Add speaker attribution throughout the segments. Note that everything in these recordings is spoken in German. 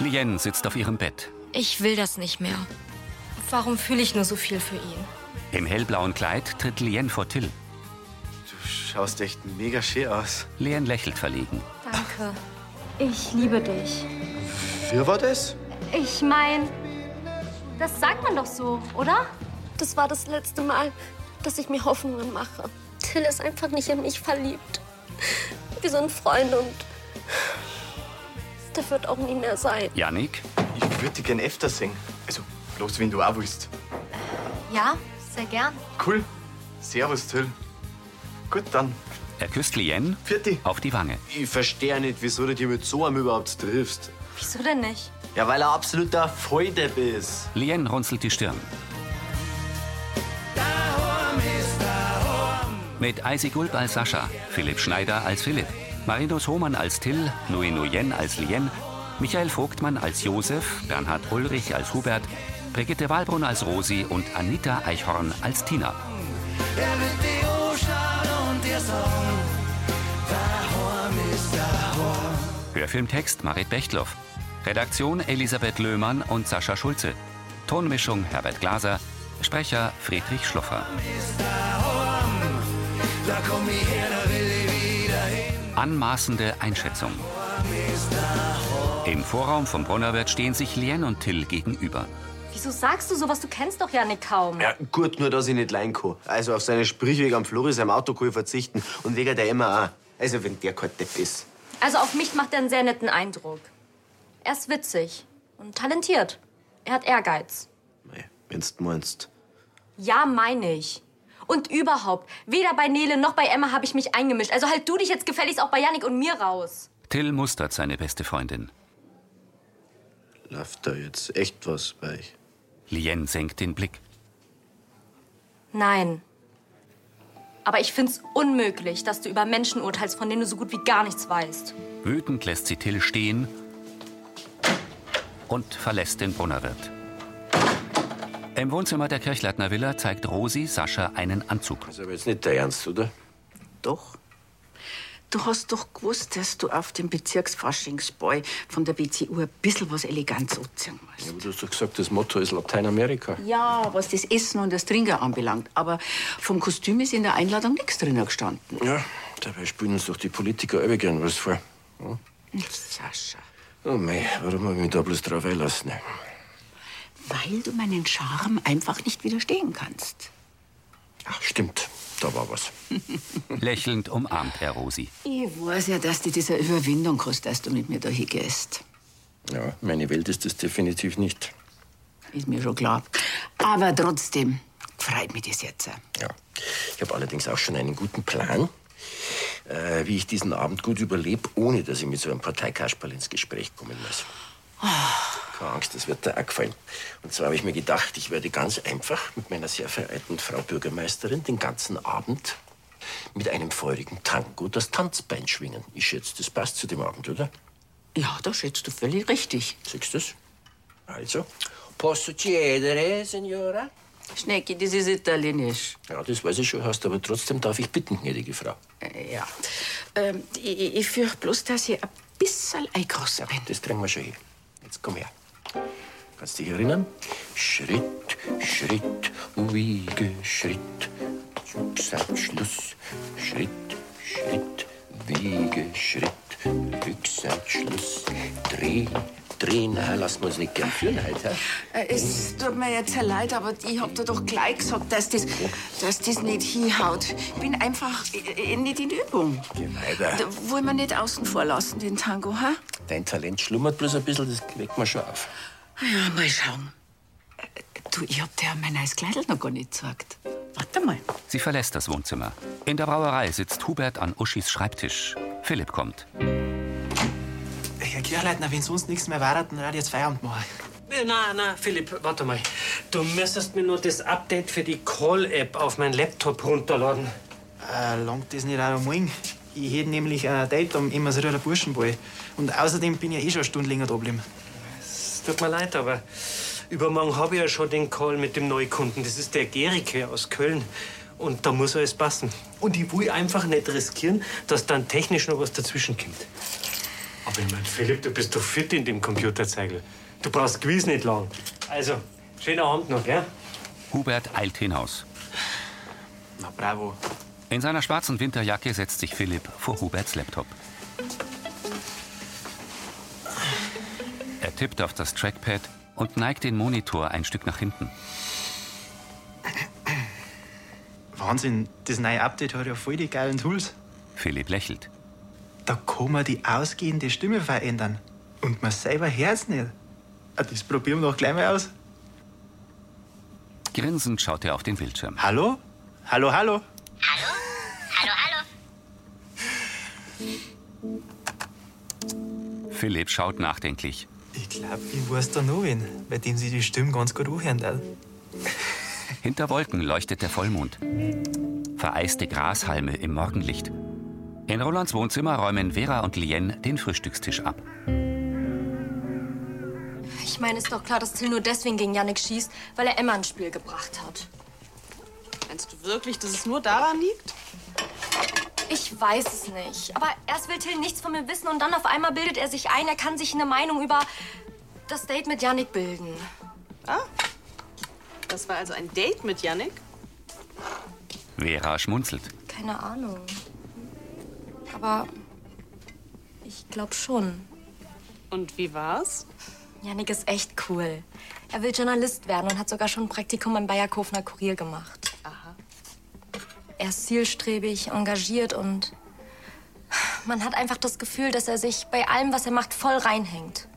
Speaker 1: Lien sitzt auf ihrem Bett.
Speaker 2: Ich will das nicht mehr. Warum fühle ich nur so viel für ihn?
Speaker 1: Im hellblauen Kleid tritt Lien vor Till.
Speaker 3: Du schaust echt mega schier aus.
Speaker 1: Lien lächelt verlegen.
Speaker 2: Danke.
Speaker 4: Ich liebe dich.
Speaker 3: Wer war das?
Speaker 4: Ich mein, das sagt man doch so, oder?
Speaker 5: Das war das letzte Mal, dass ich mir Hoffnungen mache. Till ist einfach nicht in mich verliebt. Wir sind Freunde und der wird auch nie mehr sein.
Speaker 1: Yannick,
Speaker 3: Ich würde gern öfter singen. Also, bloß wenn du auch willst.
Speaker 4: Ja, sehr gern.
Speaker 3: Cool. Servus, Till. Gut, dann.
Speaker 1: er küsst Lien
Speaker 3: Vierte.
Speaker 1: auf die Wange.
Speaker 6: Ich verstehe nicht, wieso du dich mit so einem überhaupt triffst.
Speaker 4: Wieso denn nicht?
Speaker 6: Ja, weil er absoluter Volldepp ist.
Speaker 1: Lien runzelt die Stirn. Mit Eisi Gulb als Sascha, Philipp Schneider als Philipp, Marinus Hohmann als Till, Nui Nuyen als Lien, Michael Vogtmann als Josef, Bernhard Ulrich als Hubert, Brigitte Wahlbrunn als Rosi und Anita Eichhorn als Tina. Hörfilmtext Marit Bechtloff. Redaktion Elisabeth Löhmann und Sascha Schulze. Tonmischung Herbert Glaser. Sprecher Friedrich Schloffer. Anmaßende Einschätzung. Im Vorraum vom Brunnerwirt stehen sich Lien und Till gegenüber.
Speaker 4: Wieso sagst du sowas? Du kennst doch Janik kaum.
Speaker 6: Ja, gut, nur dass ich nicht leiden kann. Also auf seine Sprüche wegen am Floris am Auto kann ich verzichten. Und wegen der Emma auch. Also wenn der kein Depp ist.
Speaker 4: Also auf mich macht er einen sehr netten Eindruck. Er ist witzig und talentiert. Er hat Ehrgeiz.
Speaker 6: Mei, wenn's du meinst.
Speaker 4: Ja, meine ich. Und überhaupt, weder bei Nele noch bei Emma habe ich mich eingemischt. Also halt du dich jetzt gefälligst auch bei Janik und mir raus.
Speaker 1: Till mustert seine beste Freundin.
Speaker 6: Läuft da jetzt echt was bei euch?
Speaker 1: Lien senkt den Blick.
Speaker 4: Nein. Aber ich find's unmöglich, dass du über Menschen urteilst, von denen du so gut wie gar nichts weißt.
Speaker 1: Wütend lässt sie Till stehen und verlässt den Brunnerwirt. Im Wohnzimmer der Kirchleitner Villa zeigt Rosi Sascha einen Anzug.
Speaker 6: Ist aber jetzt nicht der Ernst, oder?
Speaker 7: Doch. Du hast doch gewusst, dass du auf dem Bezirksfaschingsboy von der BCU ein bisschen was Eleganz anziehen musst.
Speaker 6: Du hast doch gesagt, das Motto ist Lateinamerika.
Speaker 7: Ja, was das Essen und das Trinken anbelangt. Aber vom Kostüm ist in der Einladung nichts drinnen gestanden.
Speaker 6: Ja, dabei spielen uns doch die Politiker immer gern was vor.
Speaker 7: Sascha,
Speaker 6: Oh mei, warum hab ich mich da bloß drauf einlassen?
Speaker 7: weil du meinen Charme einfach nicht widerstehen kannst.
Speaker 6: Ach, stimmt, da war was.
Speaker 1: Lächelnd umarmt er Rosi.
Speaker 7: Ich weiß ja, dass dir dieser Überwindung kostet, dass du mit mir da hingehst.
Speaker 6: Ja, meine Welt ist das definitiv nicht.
Speaker 7: Ist mir schon klar. Aber trotzdem freut mich das jetzt.
Speaker 6: Ja. Ich habe allerdings auch schon einen guten Plan, äh, wie ich diesen Abend gut überlebe, ohne dass ich mit so einem Parteikasperl ins Gespräch kommen muss.
Speaker 7: Ah.
Speaker 6: Keine Angst, das wird dir auch gefallen. Und zwar habe ich mir gedacht, ich werde ganz einfach mit meiner sehr verehrten Frau Bürgermeisterin den ganzen Abend mit einem feurigen Tango das Tanzbein schwingen. Ich schätze, das passt zu dem Abend, oder?
Speaker 7: Ja, da schätzt du völlig richtig.
Speaker 6: Siehst du's? Also. Posso chiedere, Signora?
Speaker 7: Schnecki, das ist italienisch.
Speaker 6: Ja, das weiß ich schon, hast aber trotzdem darf ich bitten, gnädige Frau.
Speaker 7: Äh, Ja. Ähm, ich, ich fürchte bloß, dass ich ein bisschen eingerostet bin.
Speaker 6: Das kriegen wir schon hin. Jetzt komm her. Kannst dich erinnern? Schritt, Schritt, wiege, Schritt. Rucksack, Schluss. Schritt, Schritt, wiege, Schritt. Rückseite, Schluss. Dreh, dreh. Na, lassen wir uns nicht gern führen heute. hä?
Speaker 7: Äh, Es tut mir jetzt sehr leid, aber ich hab dir doch gleich gesagt, dass das, dass das nicht hinhaut. Ich bin einfach äh, äh, nicht in Übung.
Speaker 6: Weiber.
Speaker 7: Da wollen wir nicht außen vor lassen, den Tango, ha?
Speaker 6: Dein Talent schlummert bloß ein bisschen, das wecken wir schon auf.
Speaker 7: Ja, mal schauen. Äh, Du, ich hab dir mein neues Kleidl noch gar nicht gezeigt. Warte mal.
Speaker 1: Sie verlässt das Wohnzimmer. In der Brauerei sitzt Hubert an Uschis Schreibtisch. Philipp kommt.
Speaker 8: Herr Kirchleitner, wenn sonst nichts mehr war, dann werde ich jetzt Feierabend machen.
Speaker 9: Äh, Na, na, Philipp, warte mal. Du müsstest mir nur das Update für die Call-App auf meinen Laptop runterladen.
Speaker 8: Äh, langt das nicht auch noch morgen? Ich hätte nämlich äh, ein Date um, am Emmersröder Burschenball. Und außerdem bin ich eh schon eine Stunde länger da geblieben.
Speaker 9: Es tut mir leid, aber übermorgen habe ich ja schon den Call mit dem Neukunden. Das ist der Gericke aus Köln. Und da muss alles passen. Und ich will einfach nicht riskieren, dass dann technisch noch was dazwischen kommt. Aber ich meine, Philipp, du bist doch fit in dem Computerzeigel. Du brauchst gewiss nicht lang. Also, schönen Abend noch, gell?
Speaker 1: Hubert eilt hinaus.
Speaker 8: Na bravo.
Speaker 1: In seiner schwarzen Winterjacke setzt sich Philipp vor Huberts Laptop. Er tippt auf das Trackpad und neigt den Monitor ein Stück nach hinten.
Speaker 8: Wahnsinn, das neue Update hat ja voll die geilen Tools.
Speaker 1: Philipp lächelt.
Speaker 8: Da kann man die ausgehende Stimme verändern. Und man selber hört's nicht. Ah, Das probieren wir doch gleich mal aus.
Speaker 1: Grinsend schaut er auf den Bildschirm.
Speaker 8: Hallo? Hallo, hallo?
Speaker 1: Philipp schaut nachdenklich.
Speaker 8: Ich glaube, ich weiß da noch wen, bei dem sie die Stimme ganz gut anhören. darf.
Speaker 1: Hinter Wolken leuchtet der Vollmond. Vereiste Grashalme im Morgenlicht. In Rolands Wohnzimmer räumen Vera und Lien den Frühstückstisch ab.
Speaker 4: Ich meine, ist doch klar, dass Till nur deswegen gegen Yannick schießt, weil er Emma ins Spiel gebracht hat.
Speaker 10: Meinst du wirklich, dass es nur daran liegt?
Speaker 4: Ich weiß es nicht. Aber erst will Till nichts von mir wissen und dann auf einmal bildet er sich ein, er kann sich eine Meinung über das Date mit Yannick bilden.
Speaker 10: Ah, das war also ein Date mit Yannick?
Speaker 1: Vera schmunzelt.
Speaker 4: Keine Ahnung. Aber ich glaube schon.
Speaker 10: Und wie war's?
Speaker 4: Yannick ist echt cool. Er will Journalist werden und hat sogar schon ein Praktikum beim Bayerkofener Kurier gemacht.
Speaker 10: Aha.
Speaker 4: Er ist zielstrebig, engagiert und man hat einfach das Gefühl, dass er sich bei allem, was er macht, voll reinhängt.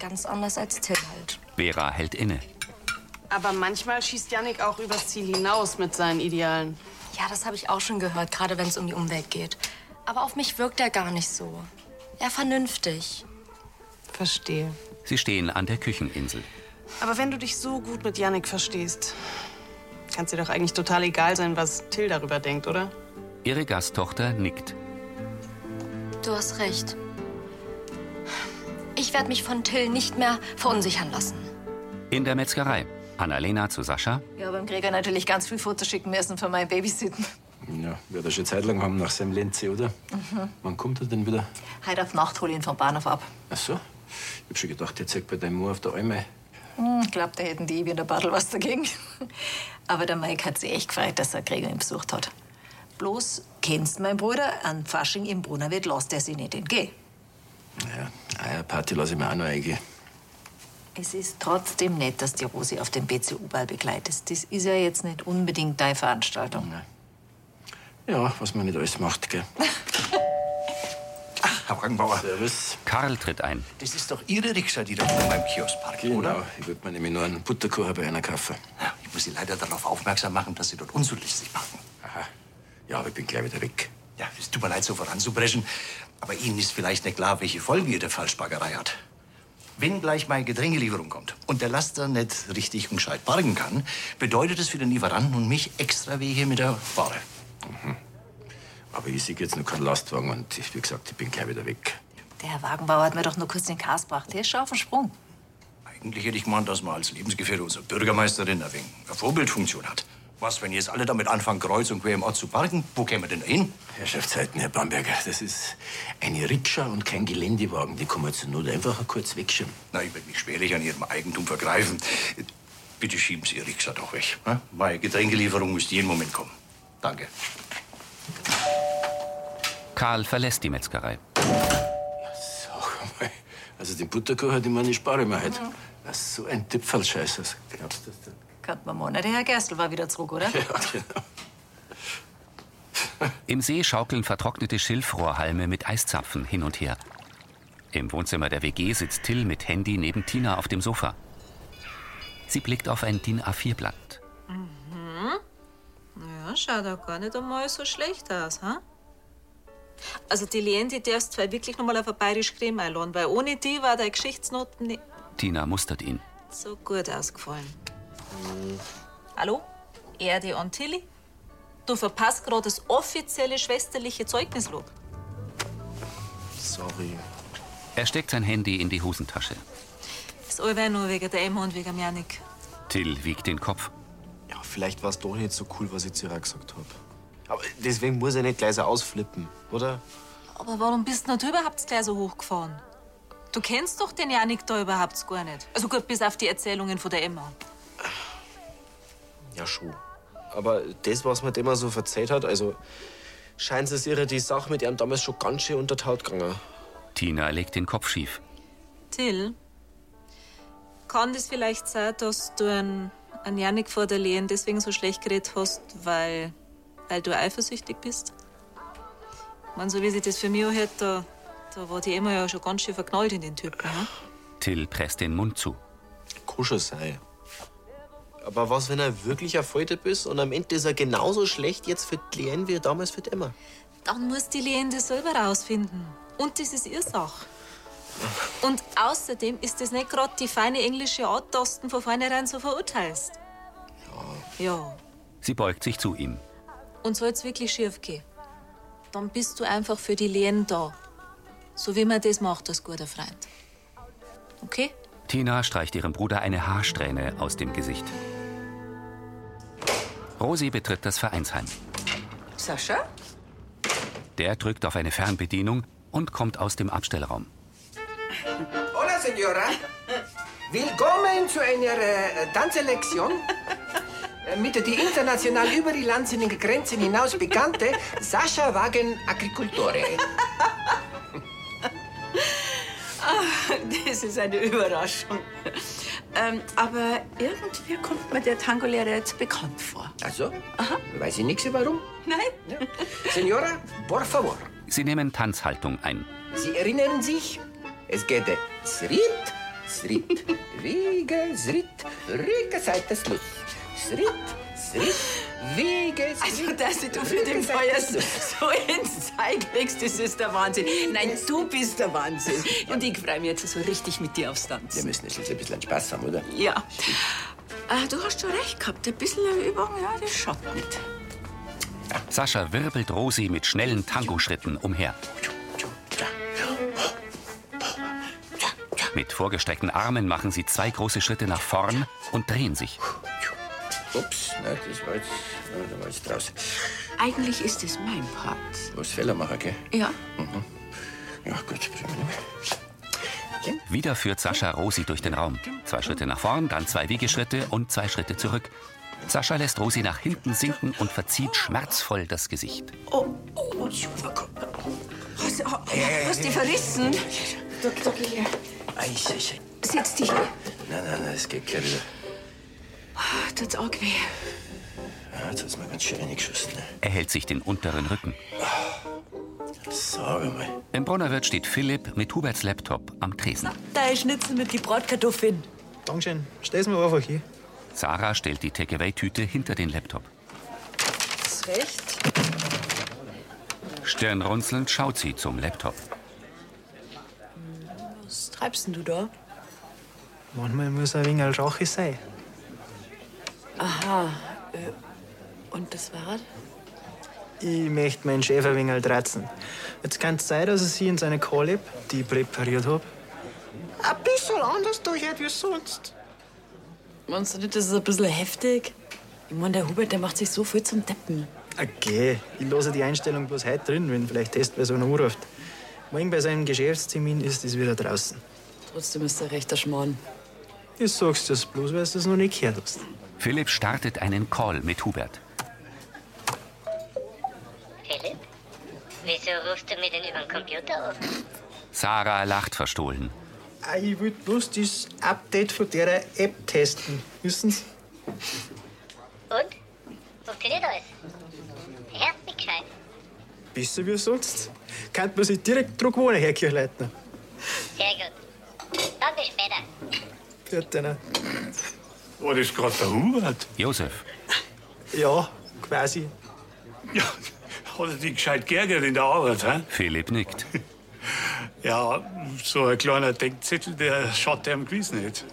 Speaker 4: Ganz anders als Till halt.
Speaker 1: Vera hält inne.
Speaker 10: Aber manchmal schießt Yannick auch übers Ziel hinaus mit seinen Idealen.
Speaker 4: Ja, das habe ich auch schon gehört, gerade wenn es um die Umwelt geht. Aber auf mich wirkt er gar nicht so. Er vernünftig.
Speaker 10: Verstehe.
Speaker 1: Sie stehen an der Kücheninsel.
Speaker 10: Aber wenn du dich so gut mit Yannick verstehst, kann's dir doch eigentlich total egal sein, was Till darüber denkt, oder?
Speaker 1: Ihre Gasttochter nickt.
Speaker 4: Du hast recht. Ich werde mich von Till nicht mehr verunsichern lassen.
Speaker 1: In der Metzgerei. Annalena zu Sascha.
Speaker 11: Ich habe dem Gregor natürlich ganz viel vorzuschicken müssen für mein Babysitten.
Speaker 6: Ja, wird er schon Zeit lang haben nach seinem Lenze, oder?
Speaker 11: Mhm.
Speaker 6: Wann kommt er denn wieder?
Speaker 11: Heute auf Nacht hole ich ihn vom Bahnhof ab.
Speaker 6: Ach so. Ich hab schon gedacht, er zeigt bei deinem Mann auf der Alme.
Speaker 11: Hm, Ich glaube, da hätten die Ibi und der Bartel was dagegen. Aber der Mike hat sich echt gefreut, dass er Gregor ihn besucht hat. Bloß, kennst mein Bruder, an Fasching im Brunnerwirt lässt er sich nicht entgehen.
Speaker 6: Naja, eine Party lasse ich mir auch noch eingehen.
Speaker 11: Es ist trotzdem nett, dass die Rosi auf dem BCU-Ball begleitest. Das ist ja jetzt nicht unbedingt deine Veranstaltung.
Speaker 6: Ja, was man nicht alles macht, gell? Ach, Ah, Herr Wagenbauer. Servus.
Speaker 1: Karl tritt ein.
Speaker 6: Das ist doch Ihre Rikscha, die da vor meinem Kiosk parkt, genau. oder? Ich würde mir nämlich nur einen Butterkuchen bei einer kaufen. Ich muss Sie leider darauf aufmerksam machen, dass Sie dort unzulässig parken. Aha. Ja, aber ich bin gleich wieder weg.
Speaker 12: Ja, es tut mir leid, so voranzubrechen, aber Ihnen ist vielleicht nicht klar, welche Folgen Ihre Falschparkerei hat. Wenn gleich mal Getränkelieferung kommt und der Laster nicht richtig und gescheit parken kann, bedeutet es für den Lieferanten und mich extra Wege mit der Ware.
Speaker 6: Mhm. Aber ich sehe jetzt noch keinen Lastwagen und ich, wie gesagt, ich bin gleich wieder weg.
Speaker 11: Der Herr Wagenbauer hat mir doch nur kurz den Kars gebracht. Der ist schon auf dem Sprung.
Speaker 12: Eigentlich hätte ich gemeint, dass man als Lebensgefährte unserer Bürgermeisterin ein wenig eine Vorbildfunktion hat. Was, wenn jetzt alle damit anfangen, kreuz und quer im Ort zu parken? Wo kämen wir denn da hin?
Speaker 6: Herrschaftszeiten, Herr Bamberger, das ist eine Rikscha und kein Geländewagen. Die kann man zur Not einfach kurz wegschieben.
Speaker 12: Na, ich werde mich schwerlich an Ihrem Eigentum vergreifen. Bitte schieben Sie Ihr Rikscha doch weg. ne? Meine Getränkelieferung müsste jeden Moment kommen. Danke.
Speaker 1: Karl verlässt die Metzgerei.
Speaker 6: Also den Butterkuchen, den meine ich spare mir heute.
Speaker 11: Mhm.
Speaker 6: Das ist so ein Tipfelscheiß. Also, glaubst du das denn?
Speaker 11: Gott, man Monat, der Herr Gerstl war wieder zurück, oder?
Speaker 1: Im See schaukeln vertrocknete Schilfrohrhalme mit Eiszapfen hin und her. Im Wohnzimmer der WG sitzt Till mit Handy neben Tina auf dem Sofa. Sie blickt auf ein DIN A4-Blatt.
Speaker 13: Mhm. Ja, schaut auch gar nicht einmal so schlecht aus, ha? Also die Lien, die darfst zwar wirklich noch mal auf ein bayerisch Creme einladen, weil ohne die war deine Geschichtsnoten nicht
Speaker 1: Tina mustert ihn.
Speaker 13: so gut ausgefallen. Hallo? Erde und Tilly? Du verpasst gerade das offizielle schwesterliche Zeugnislob.
Speaker 6: Sorry.
Speaker 1: Er steckt sein Handy in die Hosentasche.
Speaker 13: Das allweil nur wegen der Emma und wegen dem Janik.
Speaker 1: Till wiegt den Kopf.
Speaker 3: Ja, vielleicht war es doch nicht so cool, was ich zu ihrer gesagt habe. Aber deswegen muss er nicht gleich so ausflippen, oder?
Speaker 13: Aber warum bist denn du überhaupt gleich so hochgefahren? Du kennst doch den Janik da überhaupt gar nicht. Also gut, bis auf die Erzählungen von der Emma.
Speaker 14: Ja, schon. Aber das, was man dem so verzählt hat, also scheint es ihre die Sache mit ihrem damals schon ganz schön unter die Haut gegangen.
Speaker 1: Tina legt den Kopf schief.
Speaker 13: Till, kann das vielleicht sein, dass du an, an Janik vor der Lehen deswegen so schlecht geredet hast, weil, weil du eifersüchtig bist? Ich meine, so wie sich das für mich anhört, da, da war die Emma ja schon ganz schön verknallt in den Typen. ne? Ja?
Speaker 1: Till presst den Mund zu.
Speaker 14: Kusche sei. Aber was, wenn er wirklich erfoltert ist und am Ende ist er genauso schlecht jetzt für die Lien wie damals für die Emma?
Speaker 13: Dann muss die Lehen das selber rausfinden. Und das ist ihre Sache. Und außerdem ist das nicht gerade die feine englische Art, dass du von vornherein so verurteilst. Ja.
Speaker 1: Sie beugt sich zu ihm.
Speaker 13: Und soll's wirklich schief gehen, dann bist du einfach für die Lehen da. So wie man das macht als guter Freund. Okay?
Speaker 1: Tina streicht ihrem Bruder eine Haarsträhne aus dem Gesicht. Rosi betritt das Vereinsheim.
Speaker 11: Sascha?
Speaker 1: Der drückt auf eine Fernbedienung und kommt aus dem Abstellraum.
Speaker 15: Hola, Senora. Willkommen zu einer äh, Tanzlektion. Äh, Mit die international über die landsenden Grenzen hinaus bekannte Sascha Wagen Agricultore.
Speaker 11: Ah, das ist eine Überraschung. Ähm, aber irgendwie kommt mir der Tangolehrer jetzt bekannt vor.
Speaker 15: Also? Weiß ich nichts warum?
Speaker 11: Nein?
Speaker 15: Senora, por favor.
Speaker 1: Sie nehmen Tanzhaltung ein.
Speaker 15: Sie erinnern sich? Es geht äh, Schritt, Schritt, Wiege, Schritt, Rücke seit des Schluss. Schritt, Schritt, Wiege, Schritt.
Speaker 11: Also, dass du für den Feuer so ins Zeug legst, das ist der Wahnsinn. Nein, du bist der Wahnsinn. Und ich freue mich jetzt so richtig mit dir aufs Tanz.
Speaker 6: Wir müssen jetzt ein bisschen Spaß haben, oder?
Speaker 11: Ja. Ah, du hast schon recht gehabt. Ein bisschen Übung, ja, das schaut nicht.
Speaker 1: Sascha wirbelt Rosi mit schnellen Tango-Schritten umher. Mit vorgestreckten Armen machen sie zwei große Schritte nach vorn und drehen sich.
Speaker 6: Ups, na, das war jetzt, na, da war jetzt draußen.
Speaker 11: Eigentlich ist es mein Part.
Speaker 6: Muss Fehler machen, gell?
Speaker 11: Ja.
Speaker 6: Mhm. Ja, gut.
Speaker 1: Wieder führt Sascha Rosi durch den Raum. Zwei Schritte nach vorn, dann zwei Wiegeschritte und zwei Schritte zurück. Sascha lässt Rosi nach hinten sinken und verzieht schmerzvoll das Gesicht.
Speaker 11: Oh, oh, Superkopf. Hast, hast du verrissen? Du, du, hier.
Speaker 6: Eich, eich, eich.
Speaker 11: Setz dich hin.
Speaker 6: Nein, nein, nein, es geht gleich wieder.
Speaker 11: Ah, Tut's auch weh.
Speaker 6: Ja, jetzt hat's mir ganz schön reingeschossen. Ne?
Speaker 1: Er hält sich den unteren Rücken.
Speaker 6: Sag mal.
Speaker 1: Im Brunnerwirt steht Philipp mit Huberts Laptop am Tresen.
Speaker 16: Da ist Schnitzel mit Gebratkartoffeln.
Speaker 8: Dankeschön. Stell's mir einfach hin.
Speaker 1: Sarah stellt die Takeaway-Tüte hinter den Laptop.
Speaker 16: Ist recht.
Speaker 1: Stirnrunzelnd schaut sie zum Laptop.
Speaker 16: Was treibst denn du da?
Speaker 8: Manchmal muss ein wenig Rache sein.
Speaker 16: Aha. Äh, und das Fahrrad?
Speaker 8: Ich möchte meinen Chef ein wenig reizen. Jetzt kann es sein, dass ich sie in seine Kaleb, die ich präpariert habe.
Speaker 15: Ein bisschen anders durchhört wie sonst.
Speaker 16: Meinst du nicht, das ist ein bisschen heftig? Ich meine, der Hubert, der macht sich so viel zum Deppen.
Speaker 8: Okay, ich lasse die Einstellung bloß heute drin, wenn vielleicht Testperson anruft. Morgen bei seinem Geschäftstermin ist es wieder draußen.
Speaker 16: Trotzdem ist er rechter Schmarrn.
Speaker 8: Ich sag's dir bloß, weil du es noch nicht gehört hast.
Speaker 1: Philipp startet einen Call mit Hubert.
Speaker 17: Philipp, wieso rufst du mir denn über den Computer auf?
Speaker 1: Sarah lacht verstohlen.
Speaker 8: Ah, Ich will bloß das Update von der App testen. Wissen Sie?
Speaker 17: Und? Funktioniert alles? Ja, wie gescheit.
Speaker 8: Besser wie sonst. Könnte man sich direkt druck wohnen, Herr Kirchleitner.
Speaker 17: Sehr gut. Dann bis später.
Speaker 8: Bitte, ne?
Speaker 18: Oh, das ist gerade der Hubert.
Speaker 1: Josef.
Speaker 8: Ja, quasi.
Speaker 18: Ja, hat er dich gescheit geärgert in der Arbeit, hä?
Speaker 1: Philipp nickt.
Speaker 18: Ja, so ein kleiner Denkzettel, der schaut dem gewiss nicht.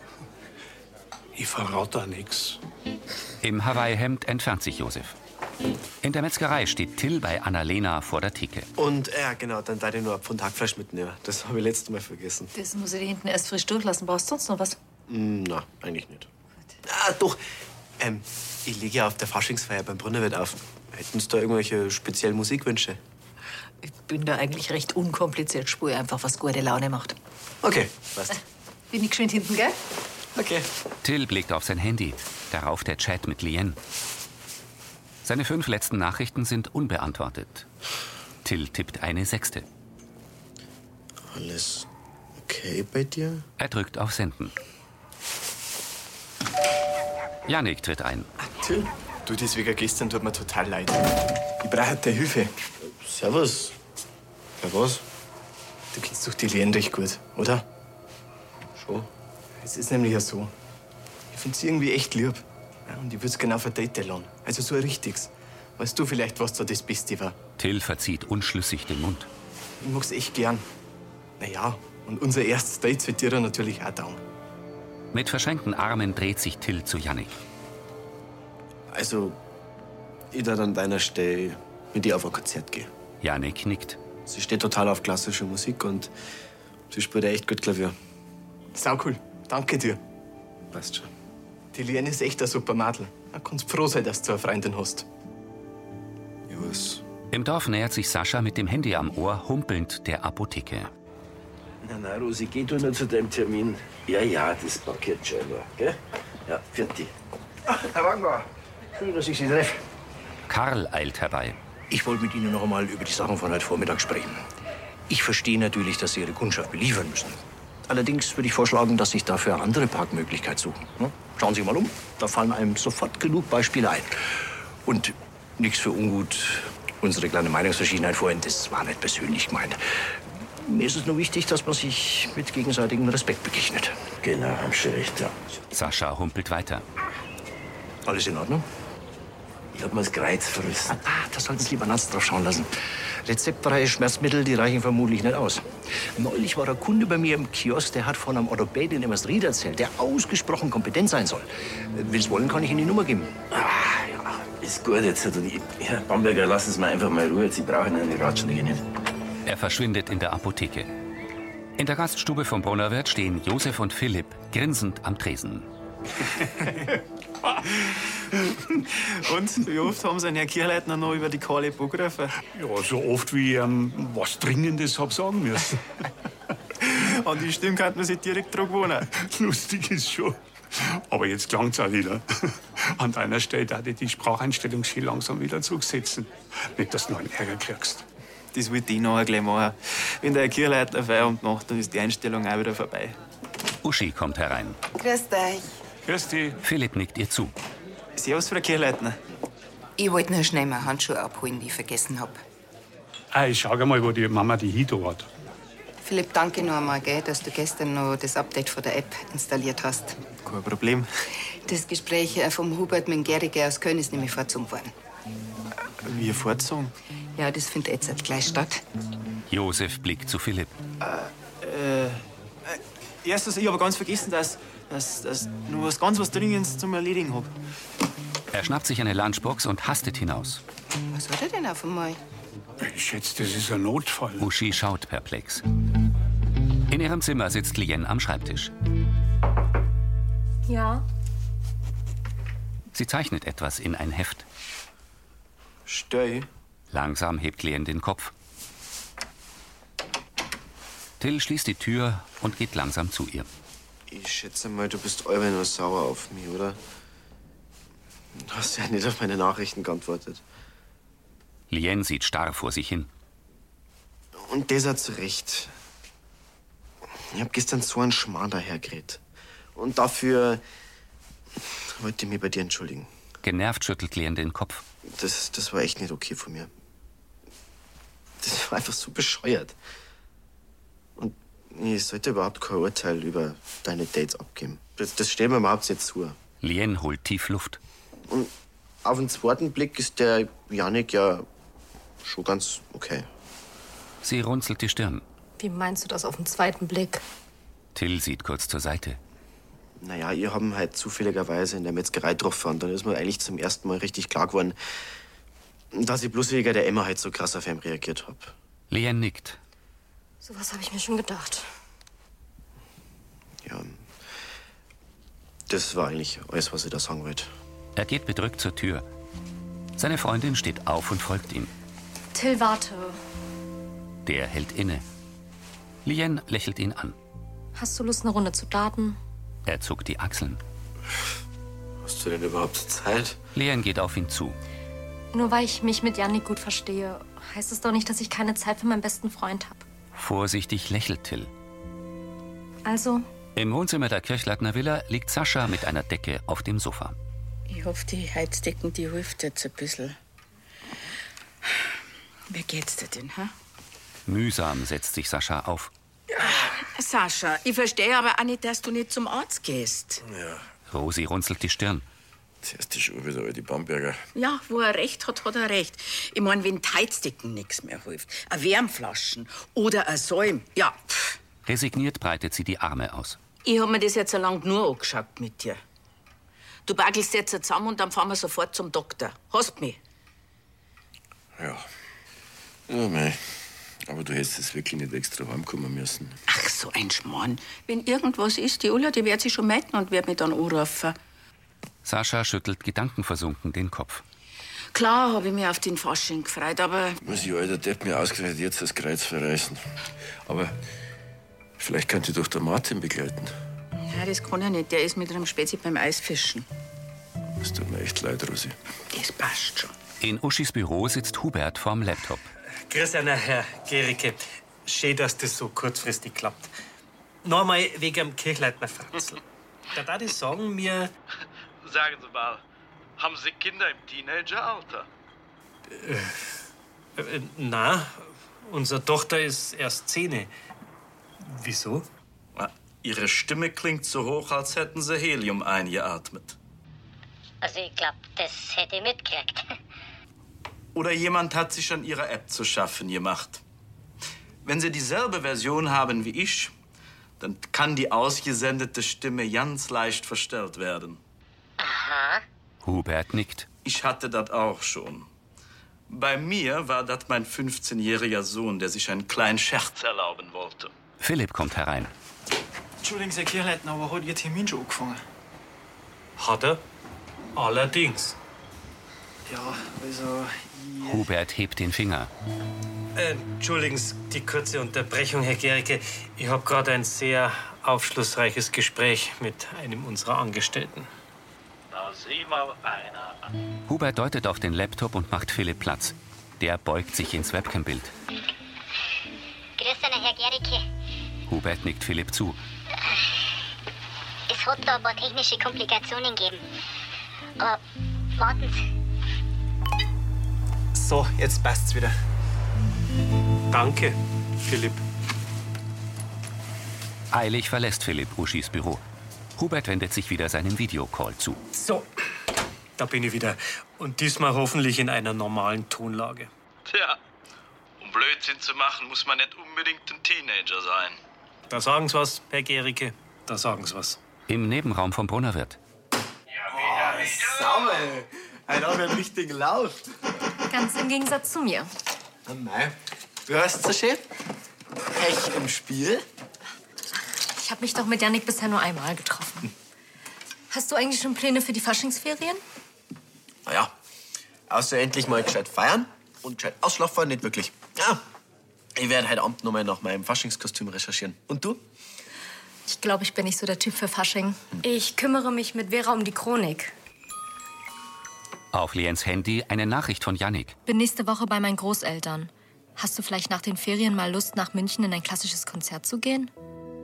Speaker 18: Ich verrate da nichts.
Speaker 1: Im Hawaii-Hemd entfernt sich Josef. In der Metzgerei steht Till bei Annalena vor der Theke.
Speaker 3: Und ja, genau, dann da ich nur ein Pfund Hackfleisch mitnehmen. Das habe ich letztes Mal vergessen.
Speaker 13: Das muss ich dir hinten erst frisch durchlassen. Brauchst du sonst noch was?
Speaker 3: Hm, Na, eigentlich nicht. Ah, doch. Ähm, ich lege ja auf der Faschingsfeier beim Brunnerwirt auf. Hätten Sie da irgendwelche speziellen Musikwünsche?
Speaker 11: Ich bin da eigentlich recht unkompliziert, spur einfach, was gute Laune macht.
Speaker 12: Okay, passt.
Speaker 11: Bin ich geschwind hinten, gell?
Speaker 12: Okay.
Speaker 1: Till blickt auf sein Handy, darauf der Chat mit Lien. Seine fünf letzten Nachrichten sind unbeantwortet. Till tippt eine sechste.
Speaker 14: Alles okay bei dir?
Speaker 1: Er drückt auf Senden. Janik tritt ein.
Speaker 3: Till, du, das wegen gestern tut mir total leid. Ich brauche deine Hilfe.
Speaker 14: Servus.
Speaker 3: Ja, was? Du kennst doch die Lehen recht gut, oder? Schon. Es ist nämlich ja so. Ich find's irgendwie echt lieb. Ja, und ich würd's genau für Date lassen. Also so ein richtiges. Weißt du vielleicht, was da das Beste war?
Speaker 1: Till verzieht unschlüssig den Mund.
Speaker 3: Ich mag's echt gern. Naja, und unser erstes Date wird dir dann natürlich auch dauern.
Speaker 1: Mit verschränkten Armen dreht sich Till zu Janik.
Speaker 14: Also, ich darf an deiner Stelle mit ihr auf ein Konzert gehen.
Speaker 1: Janik nickt.
Speaker 14: Sie steht total auf klassische Musik und sie spielt ja echt gut Klavier.
Speaker 3: Sau cool. Danke dir.
Speaker 14: Passt schon.
Speaker 3: Die Lien ist echt ein super Madel. Da kannst froh sein, dass du eine Freundin hast.
Speaker 1: Im Dorf nähert sich Sascha mit dem Handy am Ohr humpelnd der Apotheke.
Speaker 6: Na, na, Rosi, geh du nur zu deinem Termin. Ja, ja, das blockiert schon immer, gell? Ja, fertig.
Speaker 12: Ach, Herr Wagner, schön, dass ich Sie treffe.
Speaker 1: Karl eilt herbei.
Speaker 12: Ich wollte mit Ihnen noch einmal über die Sachen von heute Vormittag sprechen. Ich verstehe natürlich, dass Sie Ihre Kundschaft beliefern müssen. Allerdings würde ich vorschlagen, dass Sie sich dafür eine andere Parkmöglichkeit suchen. ne? Schauen Sie mal um, da fallen einem sofort genug Beispiele ein. Und nichts für ungut, unsere kleine Meinungsverschiedenheit vorhin, das war nicht persönlich gemeint. Mir ist es nur wichtig, dass man sich mit gegenseitigem Respekt begegnet.
Speaker 6: Genau, haben schon recht, ja.
Speaker 1: Sascha humpelt weiter.
Speaker 12: Alles in Ordnung?
Speaker 6: Ich hab mir das Kreuz verrissen.
Speaker 12: Ah, da sollten Sie lieber einen Arzt drauf schauen lassen. Rezeptfreie Schmerzmittel, die reichen vermutlich nicht aus. Neulich war ein Kunde bei mir im Kiosk, der hat von einem Orthopäden immer das Ried erzählt, der ausgesprochen kompetent sein soll. Wenn Sie wollen, kann ich Ihnen die Nummer geben.
Speaker 6: Ist gut jetzt. Und ich, ja, Bamberger, lass es mal einfach mal in Ruhe. Sie brauchen eine Ratschläge nicht.
Speaker 1: Er verschwindet in der Apotheke. In der Gaststube vom Brunnerwirt stehen Josef und Philipp grinsend am Tresen.
Speaker 8: Und wie oft haben sie einen Herr Kierleitner noch über die Kalle angerufen?
Speaker 18: Ja, so oft wie ich ähm, was Dringendes hab sagen müssen.
Speaker 8: An die Stimme könnte man sich direkt dran gewöhnen.
Speaker 18: Lustig ist schon. Aber jetzt klang's auch wieder. An deiner Stelle darf ich die Spracheinstellung schön langsam wieder zurücksetzen. Nicht, dass du noch einen Ärger kriegst.
Speaker 8: Das wollte ich noch gleich machen. Wenn der Herr Kierleitner Feierabend macht, dann ist die Einstellung auch wieder vorbei.
Speaker 1: Uschi kommt herein.
Speaker 19: Grüß dich.
Speaker 8: Grüß dich.
Speaker 1: Philipp nickt ihr zu.
Speaker 8: Servus, Frau Kierleitner.
Speaker 19: Ich wollte nur schnell meine Handschuhe abholen, die ich vergessen hab.
Speaker 18: Ah, ich schau mal, wo die Mama die Hito hat.
Speaker 19: Philipp, danke noch einmal, gell, dass du gestern noch das Update von der App installiert hast.
Speaker 8: Kein Problem.
Speaker 19: Das Gespräch äh, vom Hubert mit dem Gerige aus Köln ist nämlich vorgezogen worden.
Speaker 8: Wie vorgezogen?
Speaker 19: Ja, das findet jetzt halt gleich statt.
Speaker 1: Josef blickt zu Philipp.
Speaker 8: Äh, äh, erstens, ich habe ganz vergessen, dass, dass, dass ich noch was ganz was Dringendes zum Erledigen hab.
Speaker 1: Er schnappt sich eine Lunchbox und hastet hinaus.
Speaker 19: Was hat er denn auf einmal?
Speaker 18: Ich schätze, das ist ein Notfall.
Speaker 1: Uschi schaut perplex. In ihrem Zimmer sitzt Lien am Schreibtisch.
Speaker 4: Ja.
Speaker 1: Sie zeichnet etwas in ein Heft.
Speaker 3: Stell.
Speaker 1: Langsam hebt Lien den Kopf. Till schließt die Tür und geht langsam zu ihr.
Speaker 14: Ich schätze mal, du bist allweil nur sauer auf mich, oder? Du hast ja nicht auf meine Nachrichten geantwortet.
Speaker 1: Lien sieht starr vor sich hin.
Speaker 14: Und das hat zu Recht. Ich hab gestern so einen Schmarrn dahergeredet. Und dafür wollte ich mich bei dir entschuldigen.
Speaker 1: Genervt schüttelt Lien den Kopf.
Speaker 14: Das, das war echt nicht okay von mir. Das war einfach so bescheuert. Und ich sollte überhaupt kein Urteil über deine Dates abgeben. Das, das stellen wir mal ab jetzt zu.
Speaker 1: Lien holt tief Luft.
Speaker 14: Und auf den zweiten Blick ist der Janik ja schon ganz okay.
Speaker 1: Sie runzelt die Stirn.
Speaker 4: Wie meinst du das auf den zweiten Blick?
Speaker 1: Till sieht kurz zur Seite.
Speaker 14: Naja, ihr haben halt zufälligerweise in der Metzgerei getroffen. Und dann ist mir eigentlich zum ersten Mal richtig klar geworden, dass ich bloß wegen der Emma halt so krass auf ihn reagiert hab.
Speaker 1: Lien nickt.
Speaker 4: Sowas habe ich mir schon gedacht.
Speaker 14: Das war eigentlich alles, was ich da sagen wollte.
Speaker 1: Er geht bedrückt zur Tür. Seine Freundin steht auf und folgt ihm.
Speaker 4: Till, warte.
Speaker 1: Der hält inne. Lien lächelt ihn an.
Speaker 4: Hast du Lust, eine Runde zu daten?
Speaker 1: Er zuckt die Achseln.
Speaker 20: Hast du denn überhaupt Zeit?
Speaker 1: Lien geht auf ihn zu.
Speaker 4: Nur weil ich mich mit Janik gut verstehe, heißt es doch nicht, dass ich keine Zeit für meinen besten Freund habe.
Speaker 1: Vorsichtig lächelt Till.
Speaker 4: Also,
Speaker 1: Im Wohnzimmer der Kirchleitner Villa liegt Sascha mit einer Decke auf dem Sofa.
Speaker 7: Ich hoffe, die Heizdecken, die hilft jetzt ein bisschen. Wie geht's dir denn, hä?
Speaker 1: Mühsam setzt sich Sascha auf.
Speaker 7: Sascha, ich verstehe aber auch nicht, dass du nicht zum Arzt gehst.
Speaker 1: Ja. Rosi runzelt die Stirn.
Speaker 6: Zuerst ist schon wieder die Bamberger.
Speaker 7: Ja, wo er recht hat, hat er recht. Ich mein, wenn die Heizdecken nichts mehr hilft, eine Wärmflaschen oder ein Säum, ja. Pff.
Speaker 1: Resigniert breitet sie die Arme aus.
Speaker 7: Ich hab mir das jetzt lang nur angeschaut mit dir. Du bagelst jetzt zusammen und dann fahren wir sofort zum Doktor. Hast mich?
Speaker 6: Ja. Ja, mei. Aber du hättest es wirklich nicht extra heimkommen müssen.
Speaker 7: Ach, so ein Schmarrn. Wenn irgendwas ist, die Ulla, die wird sich schon melden und wird mich dann anrufen.
Speaker 1: Sascha schüttelt gedankenversunken den Kopf.
Speaker 7: Klar habe ich mich auf den Fasching gefreut, aber
Speaker 6: Muss ich alter Depp mir ausgerechnet jetzt das Kreuz verreißen. Aber vielleicht könnte ich doch der Martin begleiten.
Speaker 7: ja, das kann er nicht. Der ist mit einem Spezi beim Eisfischen.
Speaker 6: Es tut mir echt leid, Rosi.
Speaker 7: Das passt schon.
Speaker 1: In Uschis Büro sitzt Hubert vorm Laptop.
Speaker 9: Grüß einer, Herr Gericke. Schön, dass das so kurzfristig klappt. Nochmal wegen dem Kirchleitner Franzl. Da darf ich sagen, mir.
Speaker 21: Sagen Sie mal, haben Sie Kinder im Teenageralter?
Speaker 22: Äh,
Speaker 9: Äh, äh, na, unsere Tochter ist erst Szene. Wieso?
Speaker 22: Ah, Ihre Stimme klingt so hoch, als hätten Sie Helium eingeatmet.
Speaker 17: Also ich glaube, das hätte ich mitgekriegt.
Speaker 22: Oder jemand hat sich an Ihrer App zu schaffen gemacht. Wenn Sie dieselbe Version haben wie ich, dann kann die ausgesendete Stimme ganz leicht verstellt werden.
Speaker 17: Aha.
Speaker 1: Hubert nickt.
Speaker 22: Ich hatte das auch schon. Bei mir war das mein 15-jähriger Sohn, der sich einen kleinen Scherz erlauben wollte.
Speaker 1: Philipp kommt herein.
Speaker 8: Entschuldigen Sie, Herr Kirchleitner, aber hat Ihr Termin schon angefangen?
Speaker 9: Hat er? Allerdings.
Speaker 8: Ja, also.
Speaker 1: Hubert hebt den Finger.
Speaker 9: Äh, Entschuldigen Sie die kurze Unterbrechung, Herr Gericke. Ich habe gerade ein sehr aufschlussreiches Gespräch mit einem unserer Angestellten.
Speaker 21: Na, sieh mal einer an.
Speaker 1: Hubert deutet auf den Laptop und macht Philipp Platz. Der beugt sich ins Webcam-Bild.
Speaker 17: Grüß einer, Herr Gericke.
Speaker 1: Hubert nickt Philipp zu.
Speaker 17: Es hat da ein paar technische Komplikationen gegeben. Aber warten Sie.
Speaker 8: So, jetzt passt's wieder.
Speaker 9: Danke, Philipp.
Speaker 1: Eilig verlässt Philipp Uschis Büro. Hubert wendet sich wieder seinem Videocall zu.
Speaker 9: So, da bin ich wieder. Und diesmal hoffentlich in einer normalen Tonlage.
Speaker 22: Tja, um Blödsinn zu machen, muss man nicht unbedingt ein Teenager sein.
Speaker 9: Da sagen Sie was, Herr Gericke. Da sagen Sie was.
Speaker 1: Im Nebenraum vom Brunnerwirt.
Speaker 14: Sammel! Heute haben wir einen richtigen Lauf.
Speaker 4: ganz im Gegensatz zu mir.
Speaker 14: Na mei. Du hast so schön. Pech im Spiel.
Speaker 4: Ich habe mich doch mit Janik bisher nur einmal getroffen. Hast du eigentlich schon Pläne für die Faschingsferien?
Speaker 14: Naja, außer endlich mal gescheit feiern und gescheit ausschlafen, nicht wirklich. Ja, ich werde heute Abend nochmal nach meinem Faschingskostüm recherchieren. Und du?
Speaker 4: Ich glaube, ich bin nicht so der Typ für Fasching. Ich kümmere mich mit Vera um die Chronik.
Speaker 1: Auf Liens Handy eine Nachricht von Yannick.
Speaker 4: Bin nächste Woche bei meinen Großeltern. Hast du vielleicht nach den Ferien mal Lust, nach München in ein klassisches Konzert zu gehen?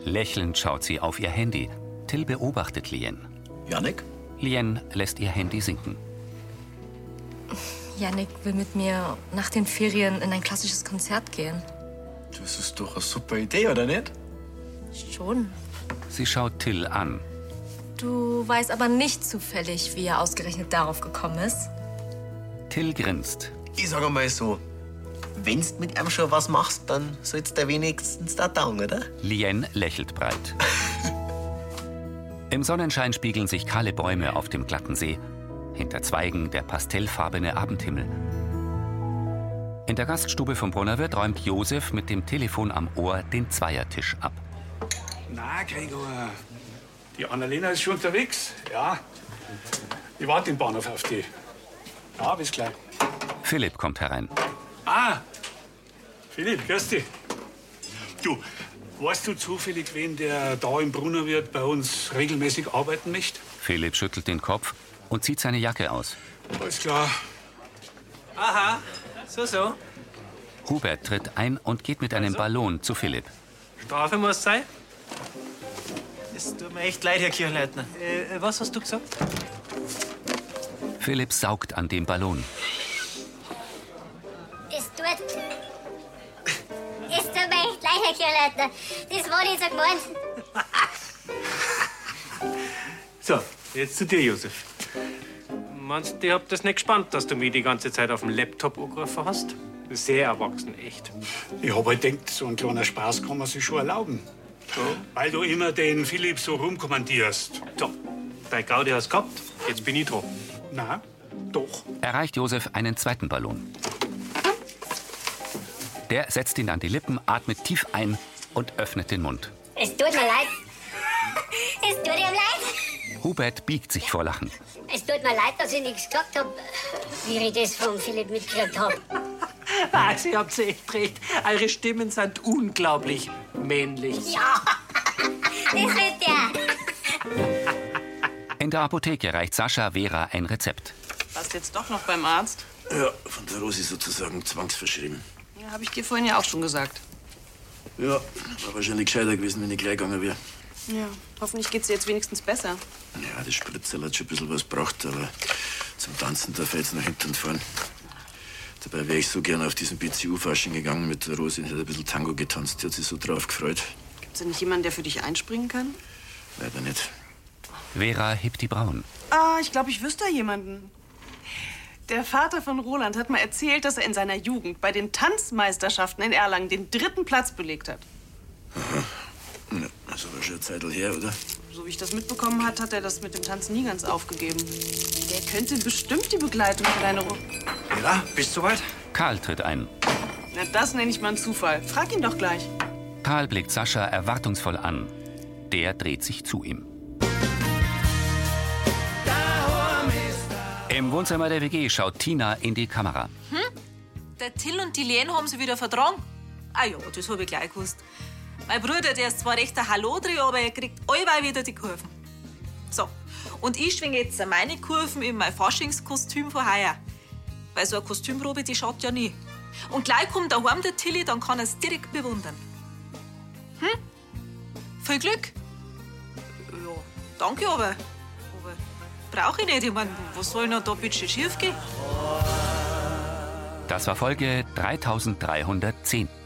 Speaker 1: Lächelnd schaut sie auf ihr Handy. Till beobachtet Lien.
Speaker 14: Yannick?
Speaker 1: Lien lässt ihr Handy sinken.
Speaker 4: Janik will mit mir nach den Ferien in ein klassisches Konzert gehen.
Speaker 14: Das ist doch eine super Idee, oder nicht?
Speaker 4: Schon.
Speaker 1: Sie schaut Till an.
Speaker 4: Du weißt aber nicht zufällig, wie er ausgerechnet darauf gekommen ist.
Speaker 1: Till grinst.
Speaker 14: Ich sag mal so, wenn's mit ihm schon was machst, dann sollst du wenigstens da taugen, oder?
Speaker 1: Lien lächelt breit. Im Sonnenschein spiegeln sich kahle Bäume auf dem glatten See. Hinter Zweigen der pastellfarbene Abendhimmel. In der Gaststube vom Brunnerwirt räumt Josef mit dem Telefon am Ohr den Zweiertisch ab.
Speaker 18: Na, Gregor, die Annalena ist schon unterwegs. Ja. Ich warte im Bahnhof auf die. Ja, bis gleich.
Speaker 1: Philipp kommt herein.
Speaker 18: Ah, Philipp, grüß dich. Du, weißt du zufällig, wen der da im Brunnerwirt bei uns regelmäßig arbeiten möchte?
Speaker 1: Philipp schüttelt den Kopf und zieht seine Jacke aus.
Speaker 18: Alles klar.
Speaker 9: Aha, so, so.
Speaker 1: Hubert tritt ein und geht mit einem Ballon zu Philipp.
Speaker 9: Strafe muss sein.
Speaker 8: Es tut mir echt leid, Herr Kirchleitner.
Speaker 9: Äh, was hast du gesagt?
Speaker 1: Philipp saugt an dem Ballon.
Speaker 17: Das tut. Das tut mir echt leid, Herr Kirchleitner. Das war nicht so gemeint.
Speaker 9: So, jetzt zu dir, Josef. Meinst du, ihr habt das nicht gespannt, dass du mich die ganze Zeit auf dem Laptop angerufen hast? Sehr erwachsen, echt.
Speaker 18: Ich habe halt gedacht, so ein kleiner Spaß kann man sich schon erlauben. Weil du immer den Philipp so rumkommandierst.
Speaker 9: So, dein Gaudi hast gehabt, jetzt bin ich dran.
Speaker 18: Na, doch.
Speaker 1: Erreicht Josef einen zweiten Ballon. Der setzt ihn an die Lippen, atmet tief ein und öffnet den Mund.
Speaker 17: Es tut mir leid. Es tut ihm leid.
Speaker 1: Hubert biegt sich vor Lachen.
Speaker 17: Es tut mir leid, dass ich nichts gesagt habe, wie ich das von Philipp mitgekriegt habe.
Speaker 10: Also, ihr habt echt recht. Eure Stimmen sind unglaublich männlich.
Speaker 17: Ja, das wird der.
Speaker 1: In der Apotheke reicht Sascha Vera ein Rezept.
Speaker 10: Warst jetzt doch noch beim Arzt?
Speaker 6: Ja, von der Rosi sozusagen zwangsverschrieben.
Speaker 10: Ja, habe ich dir vorhin ja auch schon gesagt.
Speaker 6: Ja, war wahrscheinlich gescheiter gewesen, wenn ich gleich gegangen wäre.
Speaker 10: Ja, hoffentlich geht's dir jetzt wenigstens besser.
Speaker 6: Ja, das Spritzel hat schon ein bisschen was gebracht, aber zum Tanzen darf er jetzt nach hinten fahren. Dabei wäre ich so gern auf diesen BCU-Fasching gegangen mit der Rosi und hätte ein bisschen Tango getanzt. Die hat sich so drauf gefreut.
Speaker 10: Gibt's denn nicht jemanden, der für dich einspringen kann?
Speaker 6: Leider nicht.
Speaker 1: Vera hebt die Brauen.
Speaker 10: Ah, ich glaube, ich wüsste jemanden. Der Vater von Roland hat mal erzählt, dass er in seiner Jugend bei den Tanzmeisterschaften in Erlangen den dritten Platz belegt hat.
Speaker 6: Ja, das Also war schon eine Zeit her, oder?
Speaker 10: So wie ich das mitbekommen hat, hat er das mit dem Tanzen nie ganz aufgegeben. Der könnte bestimmt die Begleitung für deine Ru
Speaker 1: Vera, bist du weit? Karl tritt ein.
Speaker 10: Na, das nenne ich mal einen Zufall. Frag ihn doch gleich.
Speaker 1: Karl blickt Sascha erwartungsvoll an. Der dreht sich zu ihm. Im Wohnzimmer der WG schaut Tina in die Kamera.
Speaker 13: Hm? Der Till und die Lien haben sie wieder vertragen. Ah ja, das habe ich gleich gewusst. Mein Bruder, der ist zwar recht ein Hallo drin, aber er kriegt allweil wieder die Kurven. So, und ich schwinge jetzt meine Kurven in mein Faschingskostüm von heuer. Weil so eine Kostümprobe, die schaut ja nie. Und gleich kommt daheim der Tilly, dann kann er es direkt bewundern. Hm? Viel Glück. Ja, danke aber. Aber brauche ich nicht. Ich meine, was soll noch da bitte schief gehen?
Speaker 1: Das war Folge 3310.